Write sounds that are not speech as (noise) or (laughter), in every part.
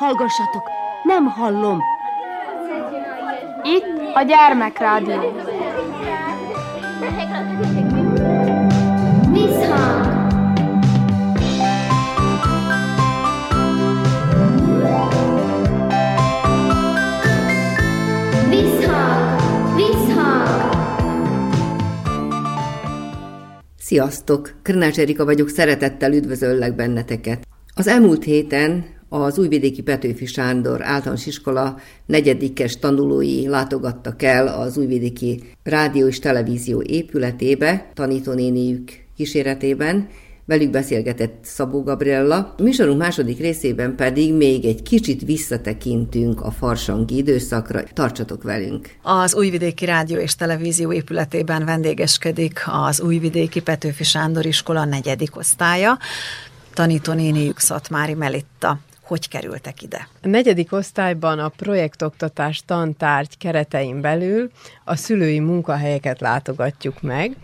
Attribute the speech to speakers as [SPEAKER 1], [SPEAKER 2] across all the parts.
[SPEAKER 1] Hallgassatok, nem hallom.
[SPEAKER 2] Itt a Gyermekrádió.
[SPEAKER 3] Visszhang! Visszhang! Visszhang!
[SPEAKER 4] Sziasztok! Krnács Erika vagyok, szeretettel üdvözöllek benneteket. Az elmúlt héten az Újvidéki Petőfi Sándor általános iskola negyedikes tanulói látogattak el az Újvidéki Rádió és Televízió épületébe, tanítónéniük kíséretében, Velük beszélgetett Szabó Gabriella. A műsorunk második részében pedig még egy kicsit visszatekintünk a farsangi időszakra. Tartsatok velünk!
[SPEAKER 5] Az Újvidéki Rádió és Televízió épületében vendégeskedik az Újvidéki Petőfi Sándor iskola negyedik osztálya, tanítónéniük Szatmári Melitta. Hogy kerültek ide?
[SPEAKER 6] A negyedik osztályban a projektoktatás tantárgy keretein belül a szülői munkahelyeket látogatjuk meg,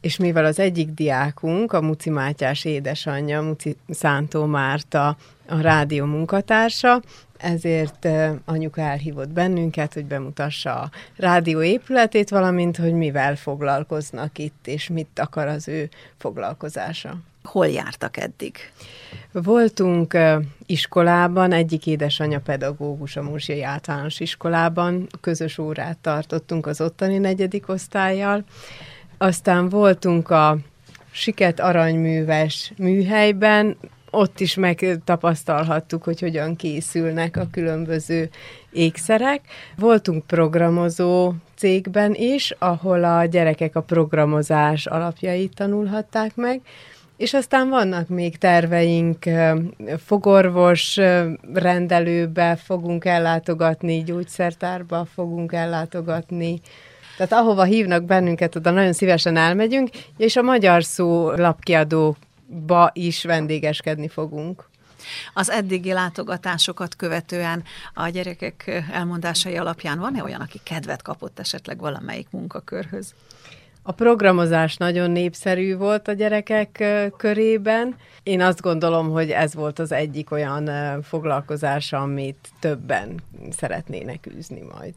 [SPEAKER 6] és mivel az egyik diákunk, a Muci Mátyás édesanyja, Muci Szántó Márta, a rádió munkatársa, ezért anyuka elhívott bennünket, hogy bemutassa a rádió épületét, valamint, hogy mivel foglalkoznak itt, és mit akar az ő foglalkozása.
[SPEAKER 5] Hol jártak eddig?
[SPEAKER 6] Voltunk iskolában, egyik édesanyja pedagógus a Múzsiai Általános Iskolában, közös órát tartottunk az ottani negyedik osztályjal, aztán voltunk a Siket aranyműves műhelyben, ott is megtapasztalhattuk, hogy hogyan készülnek a különböző ékszerek. Voltunk programozó cégben is, ahol a gyerekek a programozás alapjait tanulhatták meg, és aztán vannak még terveink, fogorvos rendelőbe fogunk ellátogatni, gyógyszertárba fogunk ellátogatni, tehát ahova hívnak bennünket, oda nagyon szívesen elmegyünk, és a magyar szó lapkiadóba is vendégeskedni fogunk.
[SPEAKER 5] Az eddigi látogatásokat követően a gyerekek elmondásai alapján van-e olyan, aki kedvet kapott esetleg valamelyik munkakörhöz?
[SPEAKER 6] A programozás nagyon népszerű volt a gyerekek körében. Én azt gondolom, hogy ez volt az egyik olyan foglalkozás, amit többen szeretnének űzni majd.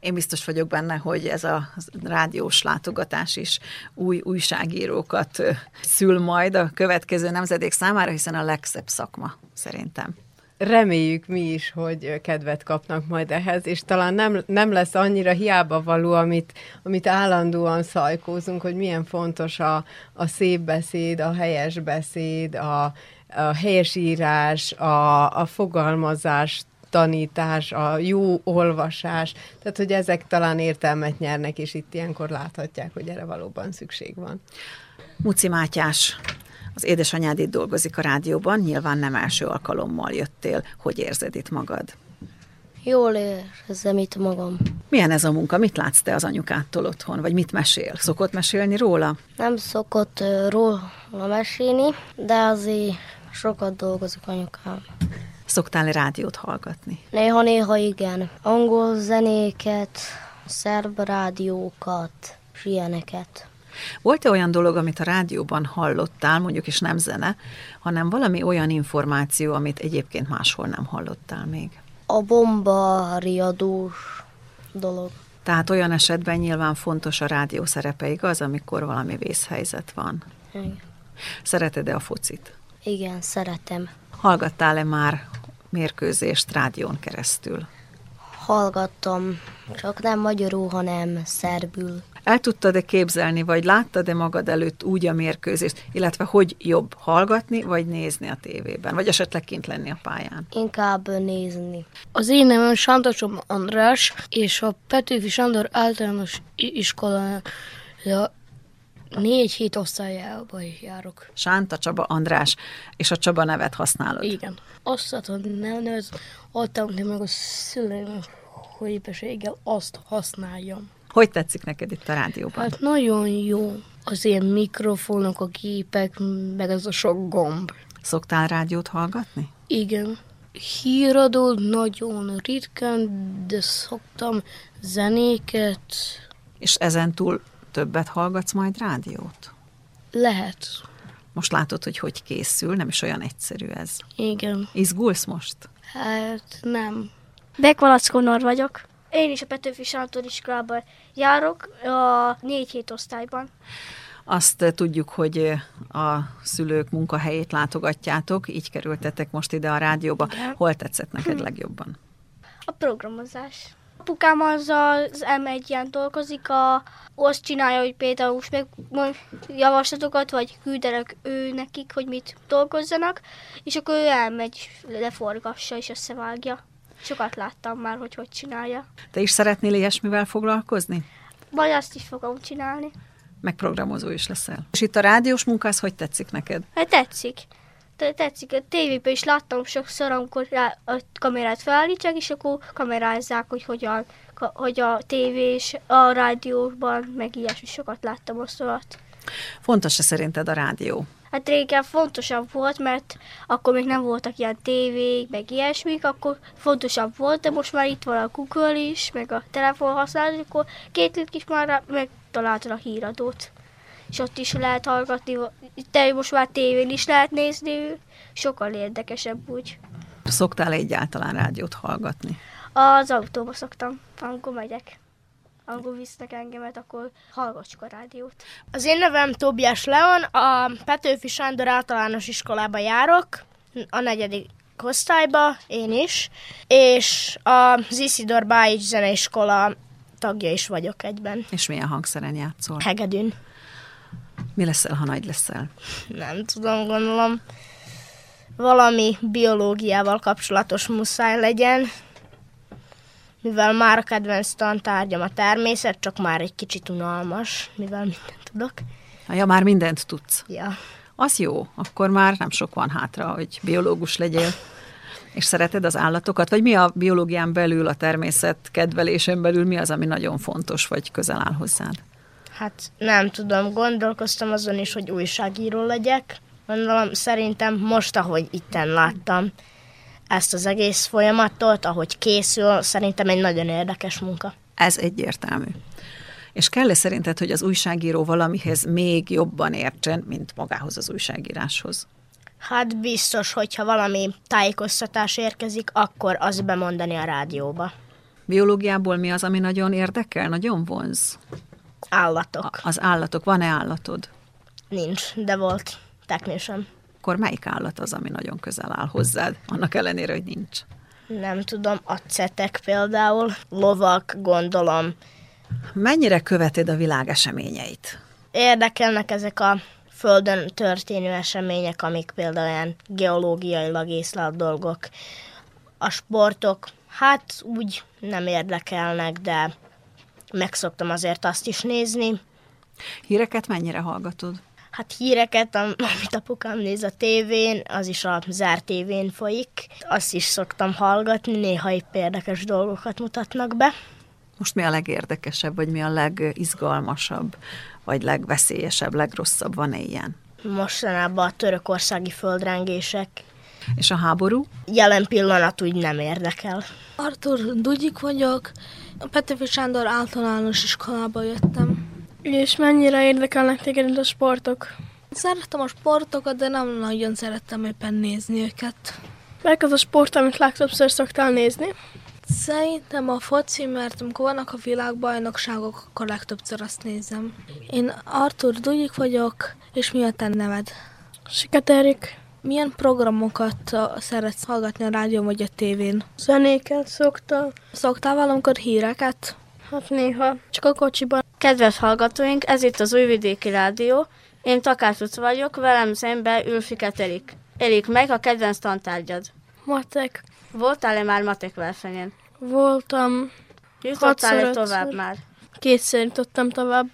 [SPEAKER 5] Én biztos vagyok benne, hogy ez a rádiós látogatás is új újságírókat szül majd a következő nemzedék számára, hiszen a legszebb szakma szerintem
[SPEAKER 6] reméljük mi is, hogy kedvet kapnak majd ehhez, és talán nem, nem lesz annyira hiába való, amit, amit állandóan szajkózunk, hogy milyen fontos a, a szép beszéd, a helyes beszéd, a, a helyes írás, a, a fogalmazás, tanítás, a jó olvasás, tehát hogy ezek talán értelmet nyernek, és itt ilyenkor láthatják, hogy erre valóban szükség van.
[SPEAKER 5] Muci Mátyás, az édesanyád itt dolgozik a rádióban, nyilván nem első alkalommal jöttél. Hogy érzed itt magad?
[SPEAKER 7] Jól érzem itt magam.
[SPEAKER 5] Milyen ez a munka? Mit látsz te az anyukától otthon? Vagy mit mesél? Szokott mesélni róla?
[SPEAKER 7] Nem szokott róla mesélni, de azért sokat dolgozik anyukám.
[SPEAKER 5] Szoktál rádiót hallgatni?
[SPEAKER 7] Néha-néha igen. Angol zenéket, szerb rádiókat, és ilyeneket.
[SPEAKER 5] Volt-e olyan dolog, amit a rádióban hallottál, mondjuk is nem zene, hanem valami olyan információ, amit egyébként máshol nem hallottál még?
[SPEAKER 7] A bomba riadós dolog.
[SPEAKER 5] Tehát olyan esetben nyilván fontos a rádió szerepe, igaz, amikor valami vészhelyzet van?
[SPEAKER 7] Igen.
[SPEAKER 5] Szereted-e a focit?
[SPEAKER 7] Igen, szeretem.
[SPEAKER 5] Hallgattál-e már mérkőzést rádión keresztül?
[SPEAKER 7] Hallgattam, csak nem magyarul, hanem szerbül.
[SPEAKER 5] El tudtad-e képzelni, vagy láttad-e magad előtt úgy a mérkőzést, illetve hogy jobb hallgatni, vagy nézni a tévében, vagy esetleg kint lenni a pályán?
[SPEAKER 7] Inkább nézni.
[SPEAKER 8] Az én nevem Sántosom András, és a Petőfi Sándor általános iskolája négy hét osztályába járok.
[SPEAKER 5] Sánta Csaba András, és a Csaba nevet használod.
[SPEAKER 8] Igen. Azt a nevet adtam ki meg a szüleim, hogy éppenséggel azt használjam.
[SPEAKER 5] Hogy tetszik neked itt a rádióban?
[SPEAKER 8] Hát nagyon jó. Az ilyen mikrofonok, a gépek, meg ez a sok gomb.
[SPEAKER 5] Szoktál rádiót hallgatni?
[SPEAKER 8] Igen. Híradó nagyon ritkán, de szoktam zenéket.
[SPEAKER 5] És ezen túl többet hallgatsz majd rádiót?
[SPEAKER 8] Lehet.
[SPEAKER 5] Most látod, hogy hogy készül, nem is olyan egyszerű ez.
[SPEAKER 8] Igen.
[SPEAKER 5] Izgulsz most?
[SPEAKER 8] Hát nem.
[SPEAKER 9] Bekvalackó Nor vagyok. Én is a Petőfi Sándor iskolában járok, a 4 hét osztályban.
[SPEAKER 5] Azt tudjuk, hogy a szülők munkahelyét látogatjátok, így kerültetek most ide a rádióba. Hol tetszett neked legjobban?
[SPEAKER 9] A programozás. Apukám az az M1-en dolgozik, a, azt csinálja, hogy például most meg mond- javaslatokat, vagy küldenek ő nekik, hogy mit dolgozzanak, és akkor ő elmegy, és leforgassa és összevágja. Sokat láttam már, hogy hogy csinálja.
[SPEAKER 5] Te is szeretnél ilyesmivel foglalkozni?
[SPEAKER 9] Majd azt is fogom csinálni.
[SPEAKER 5] Meg programozó is leszel. És itt a rádiós munka, az hogy tetszik neked?
[SPEAKER 9] Hát tetszik. Te- Tetszik, a tévében is láttam sokszor, amikor rá a kamerát felállítják, és akkor kamerázzák, hogy hogyan, ka- hogy a tévés, a rádióban, meg ilyesmi sokat láttam azt alatt.
[SPEAKER 5] Fontos-e szerinted a rádió?
[SPEAKER 9] Hát régen fontosabb volt, mert akkor még nem voltak ilyen tévék, meg ilyesmik, akkor fontosabb volt, de most már itt van a Google is, meg a telefon használat, akkor két lét is már rá- megtaláltad a híradót. És ott is lehet hallgatni, de most már tévén is lehet nézni, sokkal érdekesebb úgy.
[SPEAKER 5] Szoktál egyáltalán rádiót hallgatni?
[SPEAKER 9] Az autóba szoktam, amikor megyek. Amikor visznek engemet, akkor hallgassuk a rádiót.
[SPEAKER 2] Az én nevem Tobias Leon, a Petőfi Sándor általános iskolába járok, a negyedik osztályba, én is, és az Isidor Bájics zeneiskola tagja is vagyok egyben.
[SPEAKER 5] És milyen hangszeren játszol?
[SPEAKER 2] Hegedűn.
[SPEAKER 5] Mi leszel, ha nagy leszel?
[SPEAKER 2] Nem tudom, gondolom valami biológiával kapcsolatos muszáj legyen, mivel már a kedvenc tantárgyam a természet, csak már egy kicsit unalmas, mivel mindent tudok.
[SPEAKER 5] Ha ja, már mindent tudsz.
[SPEAKER 2] Ja.
[SPEAKER 5] Az jó, akkor már nem sok van hátra, hogy biológus legyél. És szereted az állatokat? Vagy mi a biológián belül, a természet kedvelésen belül, mi az, ami nagyon fontos, vagy közel áll hozzád?
[SPEAKER 2] Hát nem tudom, gondolkoztam azon is, hogy újságíró legyek. Gondolom, szerintem most, ahogy itten láttam ezt az egész folyamatot, ahogy készül, szerintem egy nagyon érdekes munka.
[SPEAKER 5] Ez egyértelmű. És kell-e szerinted, hogy az újságíró valamihez még jobban értsen, mint magához az újságíráshoz?
[SPEAKER 2] Hát biztos, hogyha valami tájékoztatás érkezik, akkor azt bemondani a rádióba.
[SPEAKER 5] Biológiából mi az, ami nagyon érdekel, nagyon vonz?
[SPEAKER 2] Állatok.
[SPEAKER 5] A- Az állatok, van-e állatod?
[SPEAKER 2] Nincs, de volt teknősöm.
[SPEAKER 5] Akkor melyik állat az, ami nagyon közel áll hozzád, annak ellenére, hogy nincs?
[SPEAKER 2] Nem tudom, a cetek például, lovak, gondolom,
[SPEAKER 5] Mennyire követed a világ eseményeit?
[SPEAKER 2] érdekelnek ezek a földön történő események, amik például ilyen geológiailag észlelt dolgok. A sportok, hát úgy nem érdekelnek, de megszoktam azért azt is nézni.
[SPEAKER 5] Híreket mennyire hallgatod?
[SPEAKER 2] Hát híreket, am- (laughs) amit apukám néz a tévén, az is a zárt tévén folyik. Azt is szoktam hallgatni, néha épp érdekes dolgokat mutatnak be.
[SPEAKER 5] Most mi a legérdekesebb, vagy mi a legizgalmasabb, vagy legveszélyesebb, legrosszabb? Van-e ilyen?
[SPEAKER 2] Mostanában a törökországi földrengések.
[SPEAKER 5] És a háború?
[SPEAKER 2] Jelen pillanat úgy nem érdekel.
[SPEAKER 10] Artur Dugyik vagyok, a Petőfi Sándor általános iskolába jöttem.
[SPEAKER 11] És mennyire érdekelnek téged a sportok?
[SPEAKER 10] Szerettem a sportokat, de nem nagyon szerettem éppen nézni őket.
[SPEAKER 11] Melyik az a sport, amit legtöbbször szoktál nézni?
[SPEAKER 10] Szerintem a foci, mert amikor vannak a világbajnokságok, akkor legtöbbször azt nézem. Én Artur Dugyik vagyok, és mi a te neved?
[SPEAKER 11] Siketerik.
[SPEAKER 10] Milyen programokat ö, szeretsz hallgatni a rádión vagy a tévén?
[SPEAKER 11] Zenéket szoktam.
[SPEAKER 10] Szoktál valamikor híreket?
[SPEAKER 11] Hát néha. Csak a kocsiban.
[SPEAKER 12] Kedves hallgatóink, ez itt az Újvidéki Rádió. Én Takács Utca vagyok, velem szemben ül Fiket Erik. Erik, meg a kedvenc tantárgyad.
[SPEAKER 11] Matek.
[SPEAKER 12] Voltál-e már matek versenyen?
[SPEAKER 11] Voltam.
[SPEAKER 12] Jutottál-e
[SPEAKER 11] Hatszor,
[SPEAKER 12] tovább
[SPEAKER 11] ötször.
[SPEAKER 12] már?
[SPEAKER 11] Kétszer jutottam tovább.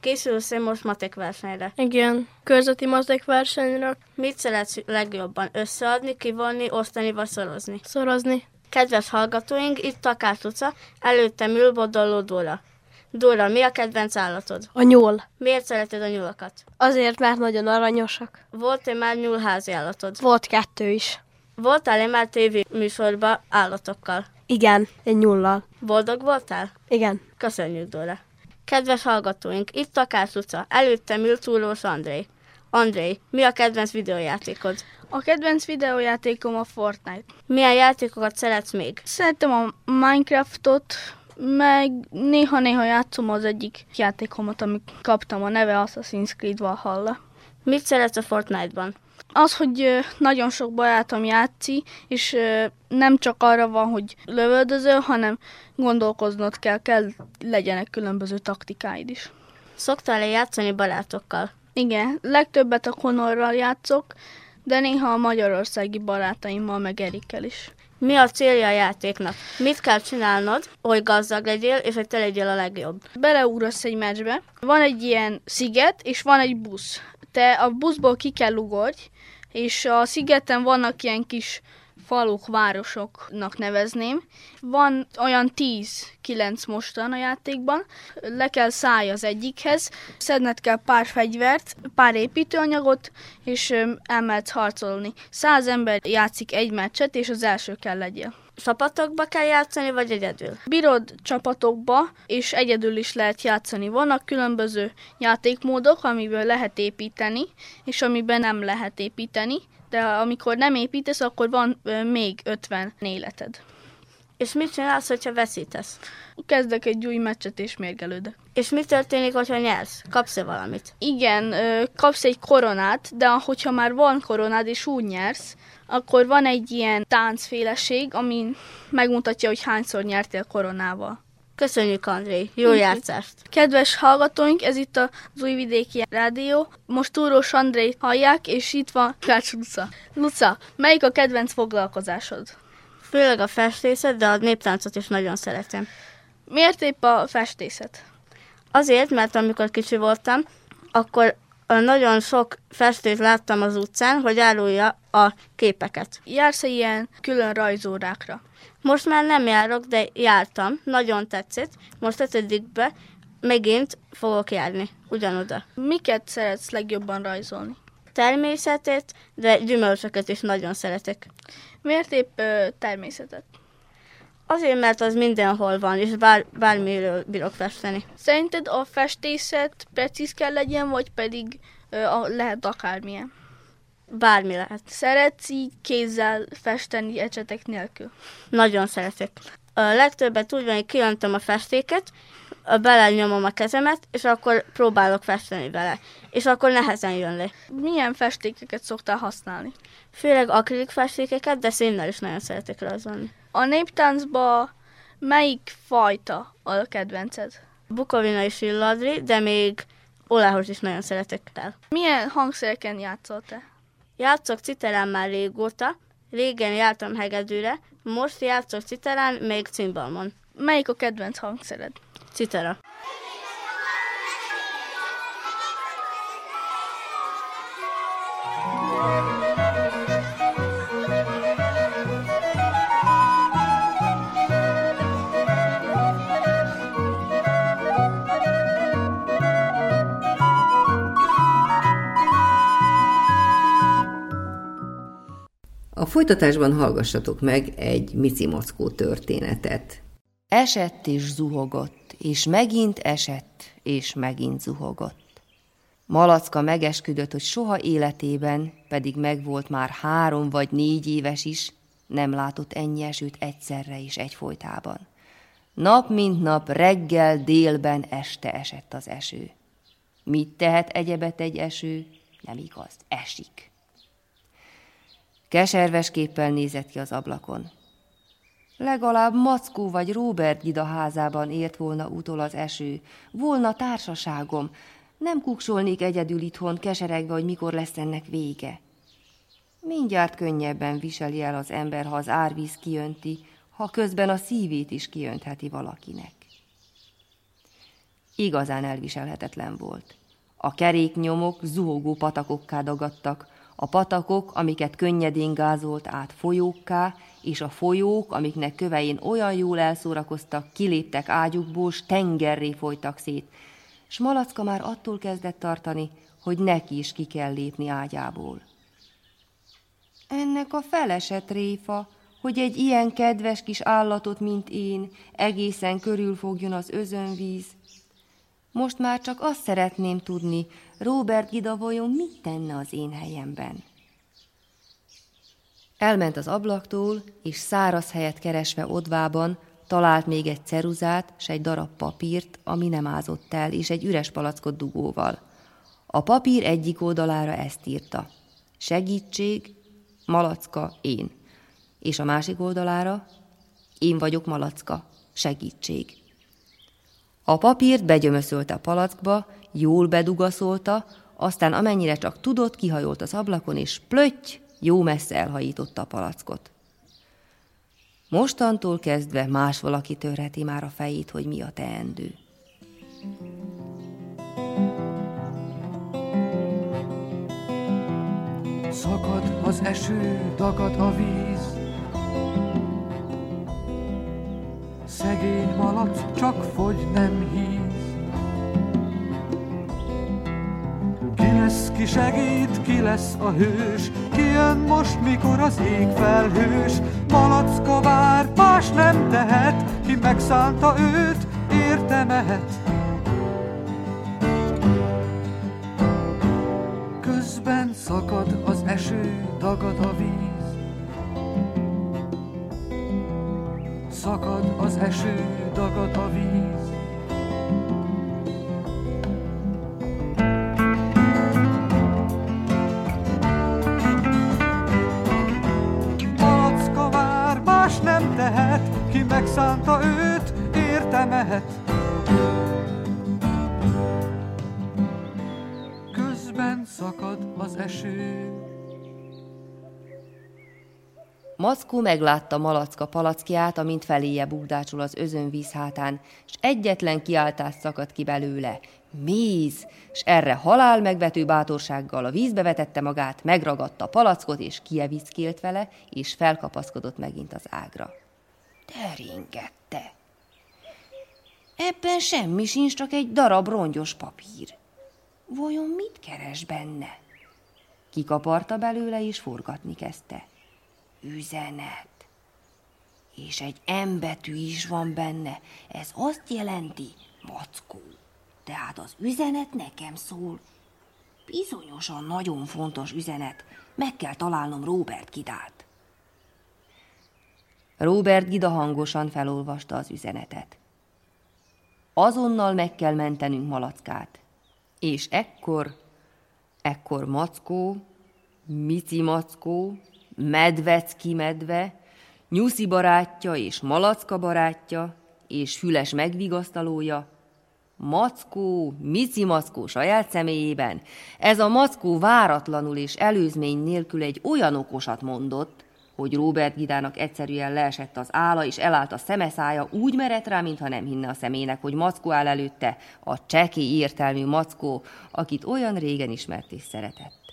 [SPEAKER 12] Készülsz-e most matek versenyre?
[SPEAKER 11] Igen. Körzeti mazdek versenyre
[SPEAKER 12] Mit szeretsz legjobban? Összeadni, kivonni, osztani vagy szorozni?
[SPEAKER 11] szorozni.
[SPEAKER 12] Kedves hallgatóink, itt Takács Utca, előttem ül Bodoló Dóra. Dóra, mi a kedvenc állatod?
[SPEAKER 11] A nyúl.
[SPEAKER 12] Miért szereted a nyulakat?
[SPEAKER 11] Azért, mert nagyon aranyosak.
[SPEAKER 12] Volt-e már nyúlházi állatod?
[SPEAKER 11] Volt kettő is.
[SPEAKER 12] Voltál-e már tévéműsorban állatokkal?
[SPEAKER 11] Igen, egy nyullal.
[SPEAKER 12] Boldog voltál?
[SPEAKER 11] Igen.
[SPEAKER 12] Köszönjük, Dóra! Kedves hallgatóink, itt Takács Luca, előttem ül Túlós André. Andrei, mi a kedvenc videójátékod?
[SPEAKER 13] A kedvenc videójátékom a Fortnite.
[SPEAKER 12] Milyen játékokat szeretsz még?
[SPEAKER 13] Szeretem a Minecraftot, meg néha-néha játszom az egyik játékomat, amit kaptam, a neve Assassin's Creed Valhalla.
[SPEAKER 12] Mit szeretsz a Fortnite-ban?
[SPEAKER 13] Az, hogy nagyon sok barátom játszi, és nem csak arra van, hogy lövöldözöl, hanem gondolkoznod kell, kell legyenek különböző taktikáid is.
[SPEAKER 12] Szoktál-e játszani barátokkal?
[SPEAKER 13] Igen, legtöbbet a Honorral játszok, de néha a magyarországi barátaimmal meg Erikkel is.
[SPEAKER 12] Mi a célja a játéknak? Mit kell csinálnod, hogy gazdag legyél, és hogy te legyél a legjobb?
[SPEAKER 13] Beleugrasz egy meccsbe, van egy ilyen sziget, és van egy busz. Te a buszból ki kell ugorj, és a szigeten vannak ilyen kis faluk, városoknak nevezném. Van olyan 10-9 mostan a játékban, le kell szállj az egyikhez, szedned kell pár fegyvert, pár építőanyagot, és elmehetsz harcolni. Száz ember játszik egy meccset, és az első kell legyél.
[SPEAKER 12] Csapatokba kell játszani, vagy egyedül?
[SPEAKER 13] Bírod csapatokba, és egyedül is lehet játszani. Vannak különböző játékmódok, amiből lehet építeni, és amiben nem lehet építeni de amikor nem építesz, akkor van ö, még 50 életed.
[SPEAKER 12] És mit csinálsz, hogyha veszítesz?
[SPEAKER 13] Kezdek egy új meccset és mérgelődök.
[SPEAKER 12] És mi történik, hogyha nyersz? Kapsz-e valamit?
[SPEAKER 13] Igen, ö, kapsz egy koronát, de hogyha már van koronád és úgy nyersz, akkor van egy ilyen táncféleség, ami megmutatja, hogy hányszor nyertél koronával.
[SPEAKER 12] Köszönjük, André! Jó játszást!
[SPEAKER 13] Kedves hallgatóink, ez itt az Újvidéki Rádió. Most Túrós André hallják, és itt van Kács Luca. Luca, melyik a kedvenc foglalkozásod?
[SPEAKER 12] Főleg a festészet, de a néptáncot is nagyon szeretem.
[SPEAKER 13] Miért épp a festészet?
[SPEAKER 12] Azért, mert amikor kicsi voltam, akkor nagyon sok festőt láttam az utcán, hogy árulja a képeket.
[SPEAKER 13] Jársz -e ilyen külön rajzórákra?
[SPEAKER 12] Most már nem járok, de jártam. Nagyon tetszett. Most ötödikbe megint fogok járni. Ugyanoda.
[SPEAKER 13] Miket szeretsz legjobban rajzolni?
[SPEAKER 12] Természetet, de gyümölcsöket is nagyon szeretek.
[SPEAKER 13] Miért épp ö, természetet?
[SPEAKER 12] Azért, mert az mindenhol van, és bár, bármiről bírok festeni.
[SPEAKER 13] Szerinted a festészet precíz kell legyen, vagy pedig ö, a, lehet akármilyen?
[SPEAKER 12] Bármi lehet.
[SPEAKER 13] Szeretsz így kézzel festeni ecsetek nélkül?
[SPEAKER 12] Nagyon szeretek. A legtöbbet úgy van, hogy kiöntöm a festéket, belenyomom a kezemet, és akkor próbálok festeni vele. És akkor nehezen jön le.
[SPEAKER 13] Milyen festékeket szoktál használni?
[SPEAKER 12] Főleg akrilik festékeket, de színnel is nagyon szeretek rajzolni.
[SPEAKER 13] A néptáncban melyik fajta a kedvenced?
[SPEAKER 12] Bukovina és Illadri, de még Olához is nagyon szeretek el.
[SPEAKER 13] Milyen hangszereken játszol te?
[SPEAKER 12] Játszok citerán már régóta, régen jártam hegedűre, most játszok citerán, még cimbalmon.
[SPEAKER 13] Melyik a kedvenc hangszered?
[SPEAKER 12] Citera.
[SPEAKER 4] A folytatásban hallgassatok meg egy Mici Mockó történetet.
[SPEAKER 14] Esett és zuhogott, és megint esett, és megint zuhogott. Malacka megesküdött, hogy soha életében, pedig megvolt már három vagy négy éves is, nem látott ennyi esőt egyszerre és egyfolytában. Nap mint nap, reggel, délben, este esett az eső. Mit tehet egyebet egy eső? Nem igaz, esik. Keserves képpel nézett ki az ablakon. Legalább Mackó vagy Róbert Gida házában ért volna utol az eső, volna társaságom, nem kuksolnék egyedül itthon, keseregve, hogy mikor lesz ennek vége. Mindjárt könnyebben viseli el az ember, ha az árvíz kijönti, ha közben a szívét is kijöntheti valakinek. Igazán elviselhetetlen volt. A keréknyomok zuhogó patakokká dagadtak, a patakok, amiket könnyedén gázolt át folyókká, és a folyók, amiknek kövein olyan jól elszórakoztak, kiléptek ágyukból, s tengerré folytak szét. S Malacka már attól kezdett tartani, hogy neki is ki kell lépni ágyából. Ennek a feleset réfa, hogy egy ilyen kedves kis állatot, mint én, egészen körülfogjon az özönvíz, Most már csak azt szeretném tudni, Robert Gida vajon mit tenne az én helyemben. Elment az ablaktól, és száraz helyet keresve odvában talált még egy ceruzát s egy darab papírt, ami nem ázott el, és egy üres palackot dugóval. A papír egyik oldalára ezt írta. Segítség, malacka, én. És a másik oldalára, én vagyok malacka, segítség. A papírt begyömöszölte a palackba, jól bedugaszolta, aztán amennyire csak tudott, kihajolt az ablakon, és plötty, jó messze elhajította a palackot. Mostantól kezdve más valaki törheti már a fejét, hogy mi a teendő.
[SPEAKER 15] Szakad az eső, dagad a víz, Szegény malac csak fogy, nem híz. Ki lesz, ki segít, ki lesz a hős, ki jön most, mikor az ég felhős. Malacka vár, más nem tehet, ki megszánta őt, érte mehet. Közben szakad az eső, dagad a víz. Szakad az eső, dagad a víz. Palacka vár, más nem tehet, ki megszánta őt, érte mehet. Közben szakad az eső,
[SPEAKER 14] Mackó meglátta Malacka palackját, amint feléje bugdácsol az özönvíz hátán, s egyetlen kiáltás szakadt ki belőle. Méz! S erre halál megvető bátorsággal a vízbe vetette magát, megragadta a palackot, és kievickélt vele, és felkapaszkodott megint az ágra. Teringette. Ebben semmi sincs, csak egy darab rongyos papír. Vajon mit keres benne? Kikaparta belőle, és forgatni kezdte üzenet. És egy M betű is van benne. Ez azt jelenti, mackó. Tehát az üzenet nekem szól. Bizonyosan nagyon fontos üzenet. Meg kell találnom Robert Gidát. Robert Gida hangosan felolvasta az üzenetet. Azonnal meg kell mentenünk Malackát. És ekkor, ekkor Mackó, Mici Mackó, Medvecki medve, Nyuszi barátja és Malacka barátja, és Füles megvigasztalója, Mackó, Mici Mackó saját személyében, ez a Mackó váratlanul és előzmény nélkül egy olyan okosat mondott, hogy Robert Gidának egyszerűen leesett az ála, és elállt a szemeszája, úgy merett rá, mintha nem hinne a szemének, hogy Mackó áll előtte, a cseki értelmű Mackó, akit olyan régen ismert és szeretett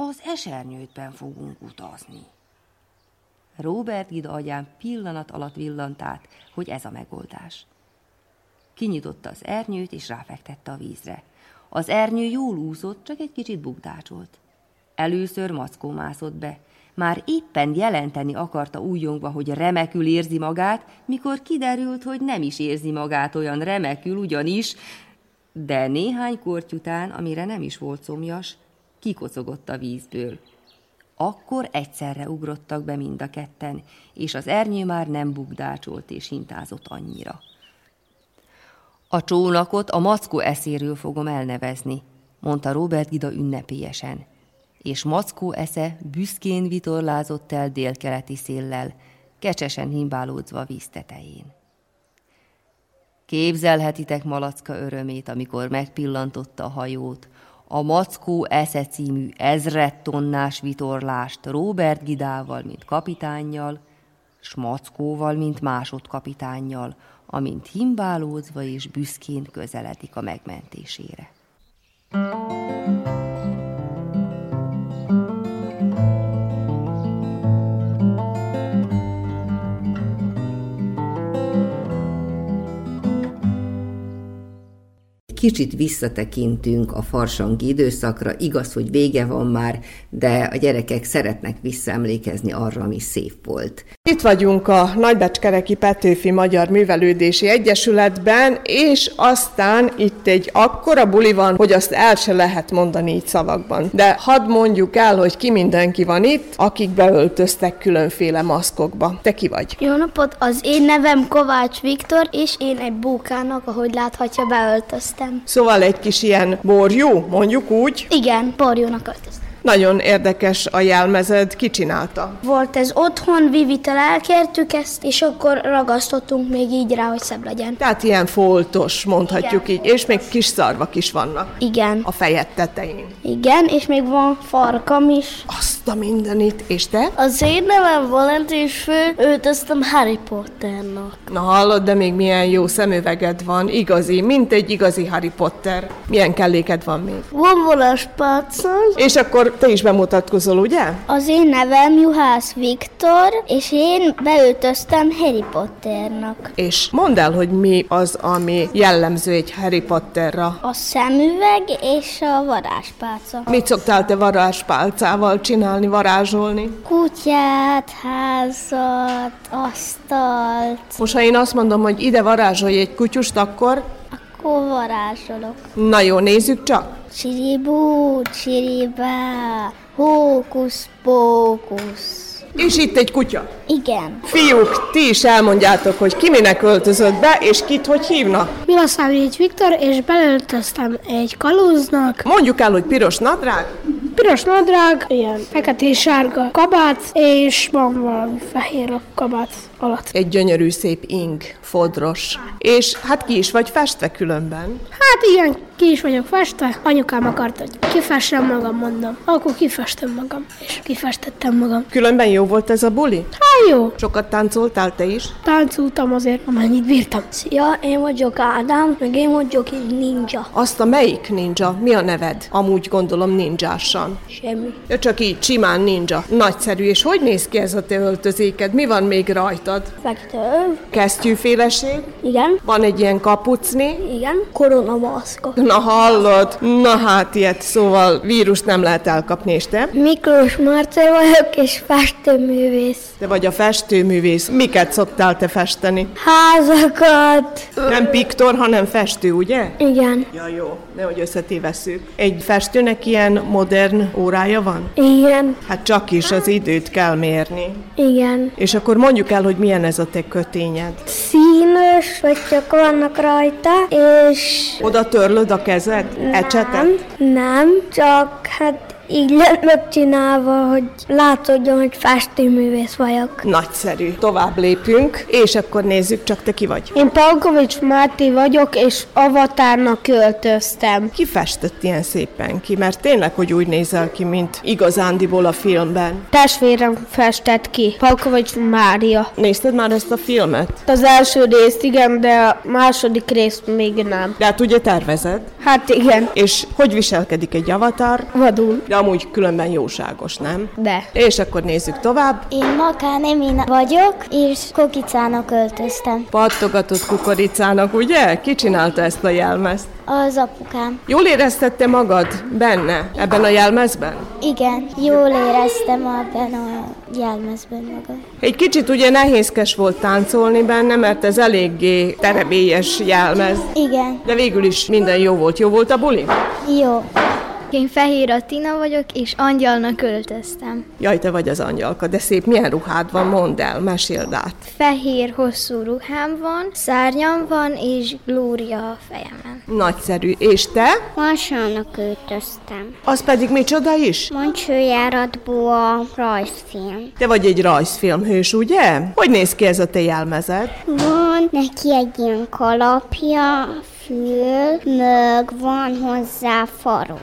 [SPEAKER 14] az esernyőtben fogunk utazni. Robert Gida agyán pillanat alatt villant át, hogy ez a megoldás. Kinyitotta az ernyőt, és ráfektette a vízre. Az ernyő jól úszott, csak egy kicsit bukdácsolt. Először mackó mászott be. Már éppen jelenteni akarta újongva, hogy remekül érzi magát, mikor kiderült, hogy nem is érzi magát olyan remekül ugyanis, de néhány korty után, amire nem is volt szomjas, kikocogott a vízből. Akkor egyszerre ugrottak be mind a ketten, és az ernyő már nem bugdácsolt és hintázott annyira. A csónakot a mackó eszéről fogom elnevezni, mondta Robert Gida ünnepélyesen, és mackó esze büszkén vitorlázott el délkeleti széllel, kecsesen himbálódzva víz tetején. Képzelhetitek malacka örömét, amikor megpillantotta a hajót, a Mackó Esze című ezrettonnás vitorlást Robert Gidával, mint kapitánnyal, s Mackóval, mint másodkapitánnyal, amint himbálózva és büszkén közeledik a megmentésére.
[SPEAKER 4] kicsit visszatekintünk a farsangi időszakra, igaz, hogy vége van már, de a gyerekek szeretnek visszaemlékezni arra, ami szép volt.
[SPEAKER 16] Itt vagyunk a Nagybecskereki Petőfi Magyar Művelődési Egyesületben, és aztán itt egy akkora buli van, hogy azt el se lehet mondani így szavakban. De hadd mondjuk el, hogy ki mindenki van itt, akik beöltöztek különféle maszkokba. Te ki vagy?
[SPEAKER 17] Jó napot, az én nevem Kovács Viktor, és én egy bókának, ahogy láthatja, beöltöztem.
[SPEAKER 16] Szóval egy kis ilyen borjú, mondjuk úgy.
[SPEAKER 17] Igen, borjónak öltöztem.
[SPEAKER 16] Nagyon érdekes a jelmezed, ki csinálta?
[SPEAKER 17] Volt ez otthon, Vivitel elkértük ezt, és akkor ragasztottunk még így rá, hogy szebb legyen.
[SPEAKER 16] Tehát ilyen foltos, mondhatjuk Igen, így, és még kis szarvak is vannak.
[SPEAKER 17] Igen.
[SPEAKER 16] A fejed tetején.
[SPEAKER 17] Igen, és még van farkam is.
[SPEAKER 16] Azt a mindenit, és te?
[SPEAKER 18] Az én nevem Valent, és fő, őt aztán Harry Potternak.
[SPEAKER 16] Na hallod, de még milyen jó szemüveged van, igazi, mint egy igazi Harry Potter. Milyen kelléked van még?
[SPEAKER 18] Van volas pálcom.
[SPEAKER 16] És akkor te is bemutatkozol, ugye?
[SPEAKER 17] Az én nevem Juhász Viktor, és én beöltöztem Harry Potternak.
[SPEAKER 16] És mondd el, hogy mi az, ami jellemző egy Harry Potterra.
[SPEAKER 17] A szemüveg és a varázspálca.
[SPEAKER 16] Mit szoktál te varázspálcával csinálni, varázsolni?
[SPEAKER 17] Kutyát, házat, asztalt.
[SPEAKER 16] Most ha én azt mondom, hogy ide varázsolj egy kutyust, akkor...
[SPEAKER 17] Akkor varázsolok.
[SPEAKER 16] Na jó, nézzük csak.
[SPEAKER 17] Csiribú, csiribá, hókusz-pókusz.
[SPEAKER 16] És itt egy kutya.
[SPEAKER 17] Igen.
[SPEAKER 16] Fiúk, ti is elmondjátok, hogy ki minek öltözött be, és kit hogy hívnak.
[SPEAKER 18] Milaszlávics Viktor, és belöltöztem egy kalóznak.
[SPEAKER 16] Mondjuk el, hogy piros nadrág.
[SPEAKER 18] Piros nadrág, ilyen feketés sárga kabát, és van valami fehér a kabát alatt.
[SPEAKER 16] Egy gyönyörű szép ing, fodros. És hát ki is vagy festve különben?
[SPEAKER 18] Hát igen, ki is vagyok festve. Anyukám akart, hogy kifessem magam, mondom. Akkor kifestem magam, és kifestettem magam.
[SPEAKER 16] Különben jó volt ez a buli?
[SPEAKER 18] Hát jó.
[SPEAKER 16] Sokat táncoltál te is?
[SPEAKER 18] Táncoltam azért, amennyit bírtam.
[SPEAKER 19] Szia, én vagyok Ádám, meg én vagyok egy ninja.
[SPEAKER 16] Azt a melyik ninja? Mi a neved? Amúgy gondolom ninjásan.
[SPEAKER 19] Semmi.
[SPEAKER 16] Ja, csak így, simán ninja. Nagyszerű, és hogy néz ki ez a te öltözéked? Mi van még rajtad?
[SPEAKER 19] Fekete öv.
[SPEAKER 16] Kesztyűféleség?
[SPEAKER 19] Igen.
[SPEAKER 16] Van egy ilyen kapucni?
[SPEAKER 19] Igen. Koronamaszka.
[SPEAKER 16] Na hallod, na hát ilyet, szóval vírus nem lehet elkapni, és te?
[SPEAKER 18] Miklós Marce vagyok, és festőművész.
[SPEAKER 16] Te vagy a festőművész. Miket szoktál te festeni?
[SPEAKER 18] Házakat.
[SPEAKER 16] Nem piktor, hanem festő, ugye?
[SPEAKER 18] Igen.
[SPEAKER 16] Ja, jó, nehogy összetévesszük. Egy festőnek ilyen modern órája van?
[SPEAKER 18] Igen.
[SPEAKER 16] Hát csak is az időt kell mérni.
[SPEAKER 18] Igen.
[SPEAKER 16] És akkor mondjuk el, hogy milyen ez a te kötényed.
[SPEAKER 18] Színes, vagy csak vannak rajta, és...
[SPEAKER 16] Oda törlöd a kezed?
[SPEAKER 18] Nem,
[SPEAKER 16] Ecsetet?
[SPEAKER 18] nem, csak hát így lett megcsinálva, hogy látszódjon, hogy festőművész vagyok.
[SPEAKER 16] Nagyszerű. Tovább lépünk, és akkor nézzük csak te ki vagy.
[SPEAKER 18] Én Palkovics Máté vagyok, és avatárnak költöztem.
[SPEAKER 16] Ki festett ilyen szépen ki? Mert tényleg, hogy úgy nézel ki, mint igazándiból a filmben.
[SPEAKER 18] Testvérem festett ki, Palkovics Mária.
[SPEAKER 16] Nézted már ezt a filmet?
[SPEAKER 18] Az első részt igen, de a második részt még nem.
[SPEAKER 16] De hát ugye tervezed?
[SPEAKER 18] Hát igen.
[SPEAKER 16] És hogy viselkedik egy avatár?
[SPEAKER 18] Vadul.
[SPEAKER 16] De amúgy különben jóságos, nem?
[SPEAKER 18] De.
[SPEAKER 16] És akkor nézzük tovább.
[SPEAKER 17] Én Makán Emina vagyok, és Kokicának öltöztem.
[SPEAKER 16] Pattogatott kukoricának, ugye? Ki csinálta ezt a jelmezt?
[SPEAKER 17] Az apukám.
[SPEAKER 16] Jól éreztette magad benne, ebben a jelmezben?
[SPEAKER 17] Igen, jól éreztem abban a jelmezben magam.
[SPEAKER 16] Egy kicsit ugye nehézkes volt táncolni benne, mert ez eléggé terebélyes jelmez.
[SPEAKER 17] Igen,
[SPEAKER 16] De végül is minden jó volt. Jó volt a buli?
[SPEAKER 17] jó.
[SPEAKER 20] Én Fehér Attina vagyok, és angyalnak öltöztem.
[SPEAKER 16] Jaj, te vagy az angyalka, de szép, milyen ruhád van, mondd el, meséld át.
[SPEAKER 20] Fehér hosszú ruhám van, szárnyam van, és glória a fejemen.
[SPEAKER 16] Nagyszerű. És te?
[SPEAKER 21] Marsának öltöztem.
[SPEAKER 16] Az pedig micsoda is?
[SPEAKER 21] Mancsőjáratból a rajzfilm.
[SPEAKER 16] Te vagy egy rajzfilmhős, ugye? Hogy néz ki ez a te jelmezed?
[SPEAKER 21] Van neki egy ilyen kalapja, fül, mög van hozzá faru.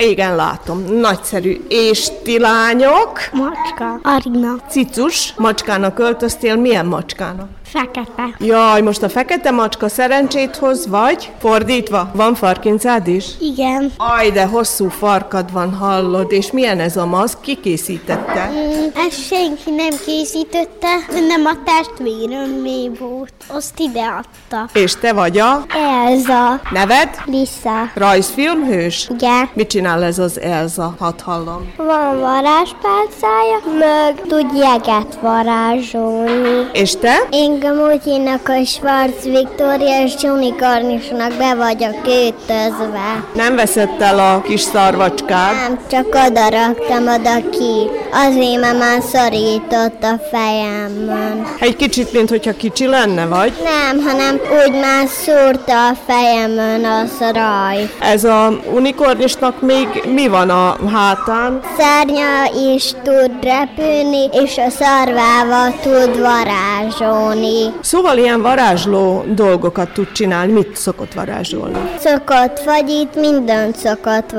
[SPEAKER 16] Igen, látom. Nagyszerű. És ti lányok?
[SPEAKER 18] Macska. Arina.
[SPEAKER 16] Cicus, macskának öltöztél, milyen macskának?
[SPEAKER 18] Fekete.
[SPEAKER 16] Jaj, most a fekete macska szerencsét hoz, vagy fordítva, van farkincád is?
[SPEAKER 18] Igen.
[SPEAKER 16] Aj, de hosszú farkad van, hallod, és milyen ez a maszk, ki készítette?
[SPEAKER 18] Mm, ezt senki nem készítette, nem a testvérem mi volt. Azt ideadta.
[SPEAKER 16] És te vagy a?
[SPEAKER 18] Elza.
[SPEAKER 16] Neved?
[SPEAKER 18] Lisa.
[SPEAKER 16] Rajzfilmhős?
[SPEAKER 18] Igen.
[SPEAKER 16] Mit csinál ez az Elza? Hadd hallom.
[SPEAKER 21] Van varázspálcája, meg tud jeget varázsolni.
[SPEAKER 16] És te?
[SPEAKER 21] Én Gamutyinak, a Schwarz Viktória és Csuni Karnisnak be vagyok kötözve.
[SPEAKER 16] Nem veszett el a kis szarvacskád?
[SPEAKER 21] Nem, csak oda raktam oda ki. Az én mamám szorított a fejemön.
[SPEAKER 16] Egy kicsit, mint hogyha kicsi lenne, vagy?
[SPEAKER 21] Nem, hanem úgy már szúrta a fejemön az raj.
[SPEAKER 16] Ez a unikornisnak még mi van a hátán?
[SPEAKER 21] Szárnya is tud repülni, és a szarvával tud varázsolni.
[SPEAKER 16] Szóval ilyen varázsló dolgokat tud csinálni. Mit szokott varázsolni?
[SPEAKER 21] Szokott fagyit, mindent szokott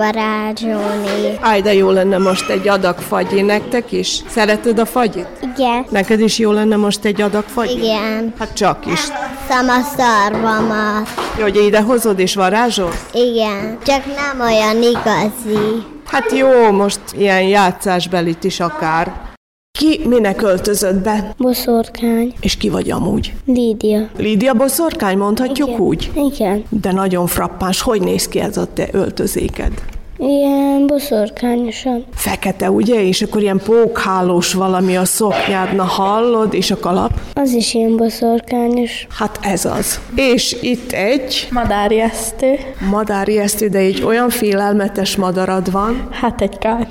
[SPEAKER 21] varázsolni.
[SPEAKER 16] Áj, de jó lenne most egy adag fagyi nektek is. Szereted a fagyit?
[SPEAKER 21] Igen.
[SPEAKER 16] Neked is jó lenne most egy adag fagyi?
[SPEAKER 21] Igen.
[SPEAKER 16] Hát csak is.
[SPEAKER 21] Szem a szarvamat.
[SPEAKER 16] Jó, hogy ide hozod és varázsolsz?
[SPEAKER 21] Igen. Csak nem olyan igazi.
[SPEAKER 16] Hát jó, most ilyen játszásbelit is akár. Ki minek öltözött be?
[SPEAKER 18] Boszorkány.
[SPEAKER 16] És ki vagy amúgy?
[SPEAKER 18] Lídia.
[SPEAKER 16] Lídia boszorkány, mondhatjuk
[SPEAKER 18] Igen.
[SPEAKER 16] úgy?
[SPEAKER 18] Igen.
[SPEAKER 16] De nagyon frappáns, hogy néz ki ez a te öltözéked?
[SPEAKER 18] Ilyen boszorkányosan.
[SPEAKER 16] Fekete, ugye? És akkor ilyen pókhálós valami a szoknyád, na hallod, és a kalap?
[SPEAKER 18] Az is ilyen boszorkányos.
[SPEAKER 16] Hát ez az. És itt egy
[SPEAKER 18] Madárjesztő.
[SPEAKER 16] madárjesztő, de egy olyan félelmetes madarad van.
[SPEAKER 18] Hát egy kánya.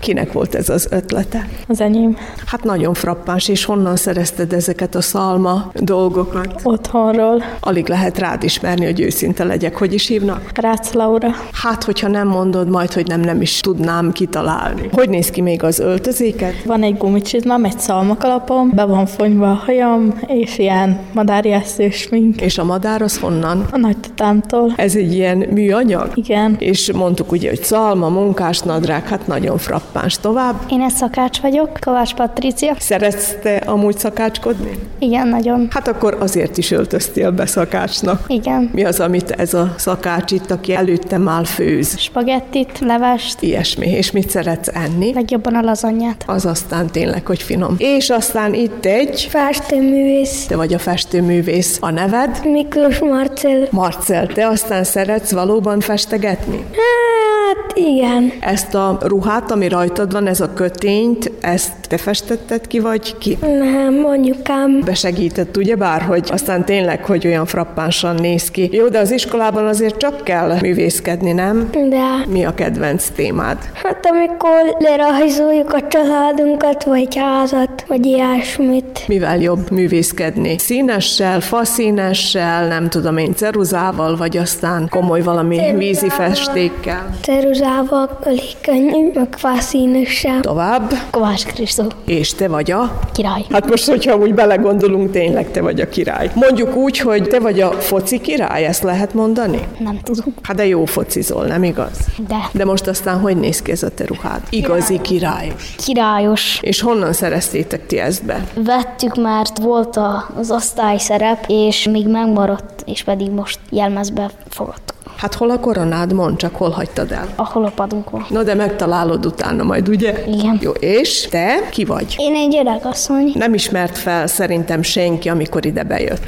[SPEAKER 16] Kinek volt ez az ötlete?
[SPEAKER 18] Az enyém.
[SPEAKER 16] Hát nagyon frappáns, és honnan szerezted ezeket a szalma dolgokat?
[SPEAKER 18] Otthonról.
[SPEAKER 16] Alig lehet rád ismerni, hogy őszinte legyek. Hogy is hívnak?
[SPEAKER 18] Rácz Laura.
[SPEAKER 16] Hát, hogyha nem mondod majd, hogy nem, nem is tudnám kitalálni. Hogy néz ki még az öltözéket?
[SPEAKER 18] Van egy gumicsizmám, egy szalmakalapom, be van fonyva a hajam, és ilyen madárjásző smink.
[SPEAKER 16] És a madár az honnan?
[SPEAKER 18] A nagy tatámtól.
[SPEAKER 16] Ez egy ilyen műanyag?
[SPEAKER 18] Igen.
[SPEAKER 16] És mondtuk ugye, hogy szalma, munkás nadrág, hát nagyon frappáns. Tovább?
[SPEAKER 18] Én egy szakács vagyok, Kovács Patricia.
[SPEAKER 16] Szeretsz te amúgy szakácskodni?
[SPEAKER 18] Igen, nagyon.
[SPEAKER 16] Hát akkor azért is öltöztél be szakácsnak.
[SPEAKER 18] Igen.
[SPEAKER 16] Mi az, amit ez a szakács itt, aki előtte már főz?
[SPEAKER 18] Spagettit, levest,
[SPEAKER 16] Ilyesmi. És mit szeretsz enni?
[SPEAKER 18] legjobban a lazanyát.
[SPEAKER 16] Az aztán tényleg, hogy finom. És aztán itt egy...
[SPEAKER 19] Festőművész
[SPEAKER 16] Te vagy a festőművész. A neved?
[SPEAKER 19] Miklós Marcel.
[SPEAKER 16] Marcel, te aztán szeretsz valóban festegetni?
[SPEAKER 19] Hát igen.
[SPEAKER 16] Ezt a ruhát, ami rajtad van, ez a kötényt, ezt te festetted ki, vagy ki?
[SPEAKER 19] Nem, anyukám.
[SPEAKER 16] Besegített, ugye bár, hogy aztán tényleg, hogy olyan frappánsan néz ki. Jó, de az iskolában azért csak kell művészkedni, nem?
[SPEAKER 19] De
[SPEAKER 16] Mi a kedvenc témád?
[SPEAKER 19] hát amikor lerajzoljuk a családunkat, vagy házat, vagy ilyesmit.
[SPEAKER 16] Mivel jobb művészkedni? Színessel, faszínessel, nem tudom én, ceruzával, vagy aztán komoly valami vízi festékkel?
[SPEAKER 19] Ceruzával elég könnyű, meg fászínessel.
[SPEAKER 16] Tovább,
[SPEAKER 18] Kovács Krisztó.
[SPEAKER 16] és te vagy a?
[SPEAKER 18] Király.
[SPEAKER 16] Hát most, hogyha úgy belegondolunk, tényleg te vagy a király. Mondjuk úgy, hogy te vagy a foci király, ezt lehet mondani?
[SPEAKER 18] Nem tudom,
[SPEAKER 16] Hát de jó focizol, nem igaz?
[SPEAKER 18] de
[SPEAKER 16] De most aztán hogy néz ki ez a te ruhád? Igazi királyos.
[SPEAKER 18] királyos.
[SPEAKER 16] És honnan szereztétek ti ezt be?
[SPEAKER 18] Vettük, mert volt a- az osztály szerep, és még megmaradt, és pedig most jelmezbe fogadtuk,
[SPEAKER 16] Hát hol a koronád, mondd csak, hol hagytad el?
[SPEAKER 18] ahol a padunkon.
[SPEAKER 16] Na de megtalálod utána majd, ugye?
[SPEAKER 18] Igen.
[SPEAKER 16] Jó, és te ki vagy?
[SPEAKER 18] Én egy öregasszony.
[SPEAKER 16] Nem ismert fel szerintem senki, amikor ide bejött.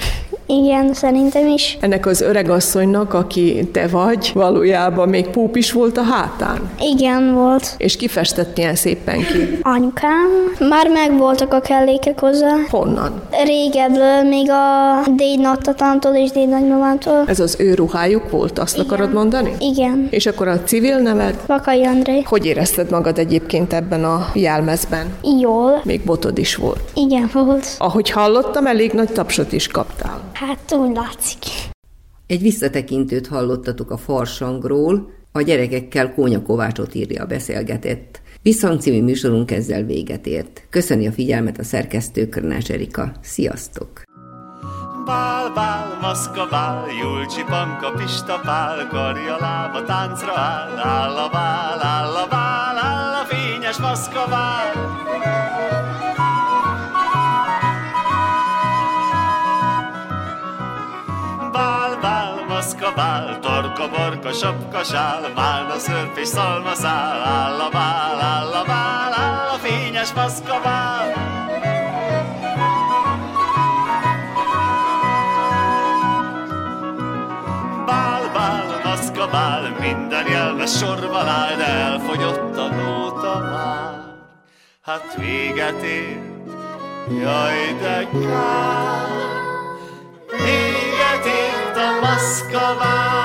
[SPEAKER 18] Igen, szerintem is.
[SPEAKER 16] Ennek az öregasszonynak, aki te vagy, valójában még púp is volt a hátán.
[SPEAKER 18] Igen, volt.
[SPEAKER 16] És kifestett ilyen szépen ki.
[SPEAKER 18] Anyukám. Már megvoltak a kellékek hozzá.
[SPEAKER 16] Honnan?
[SPEAKER 18] Régebről, még a dédnagytatámtól és dédnagymamámtól.
[SPEAKER 16] Ez az ő ruhájuk volt, azt Igen. akarod mondani?
[SPEAKER 18] Igen.
[SPEAKER 16] És akkor a civil neved?
[SPEAKER 18] Vakai André.
[SPEAKER 16] Hogy érezted magad egyébként ebben a jelmezben?
[SPEAKER 18] Jól.
[SPEAKER 16] Még botod is volt.
[SPEAKER 18] Igen, volt.
[SPEAKER 16] Ahogy hallottam, elég nagy tapsot is kaptál.
[SPEAKER 18] Hát úgy látszik.
[SPEAKER 4] Egy visszatekintőt hallottatok a farsangról, a gyerekekkel Kónya Kovácsot írja a beszélgetett. Visszhang című műsorunk ezzel véget ért. Köszöni a figyelmet a szerkesztő Körnás Erika. Sziasztok!
[SPEAKER 1] Bál, bál, maszka, bál, Julcsi, Panka, Pista, Pál, karja, lába, táncra áll, áll a bál, áll a bál, áll a fényes maszka, bál. torka bál, torka borka, sapka sál, málna szörp és szalma szál, áll a bál, áll a bál, áll a fényes maszka bál. Bál, bál, maszka bál, minden jelves sorban áll, de elfogyott a nóta már. Hát véget ér, jaj de kár. Véget ért a maszka bál.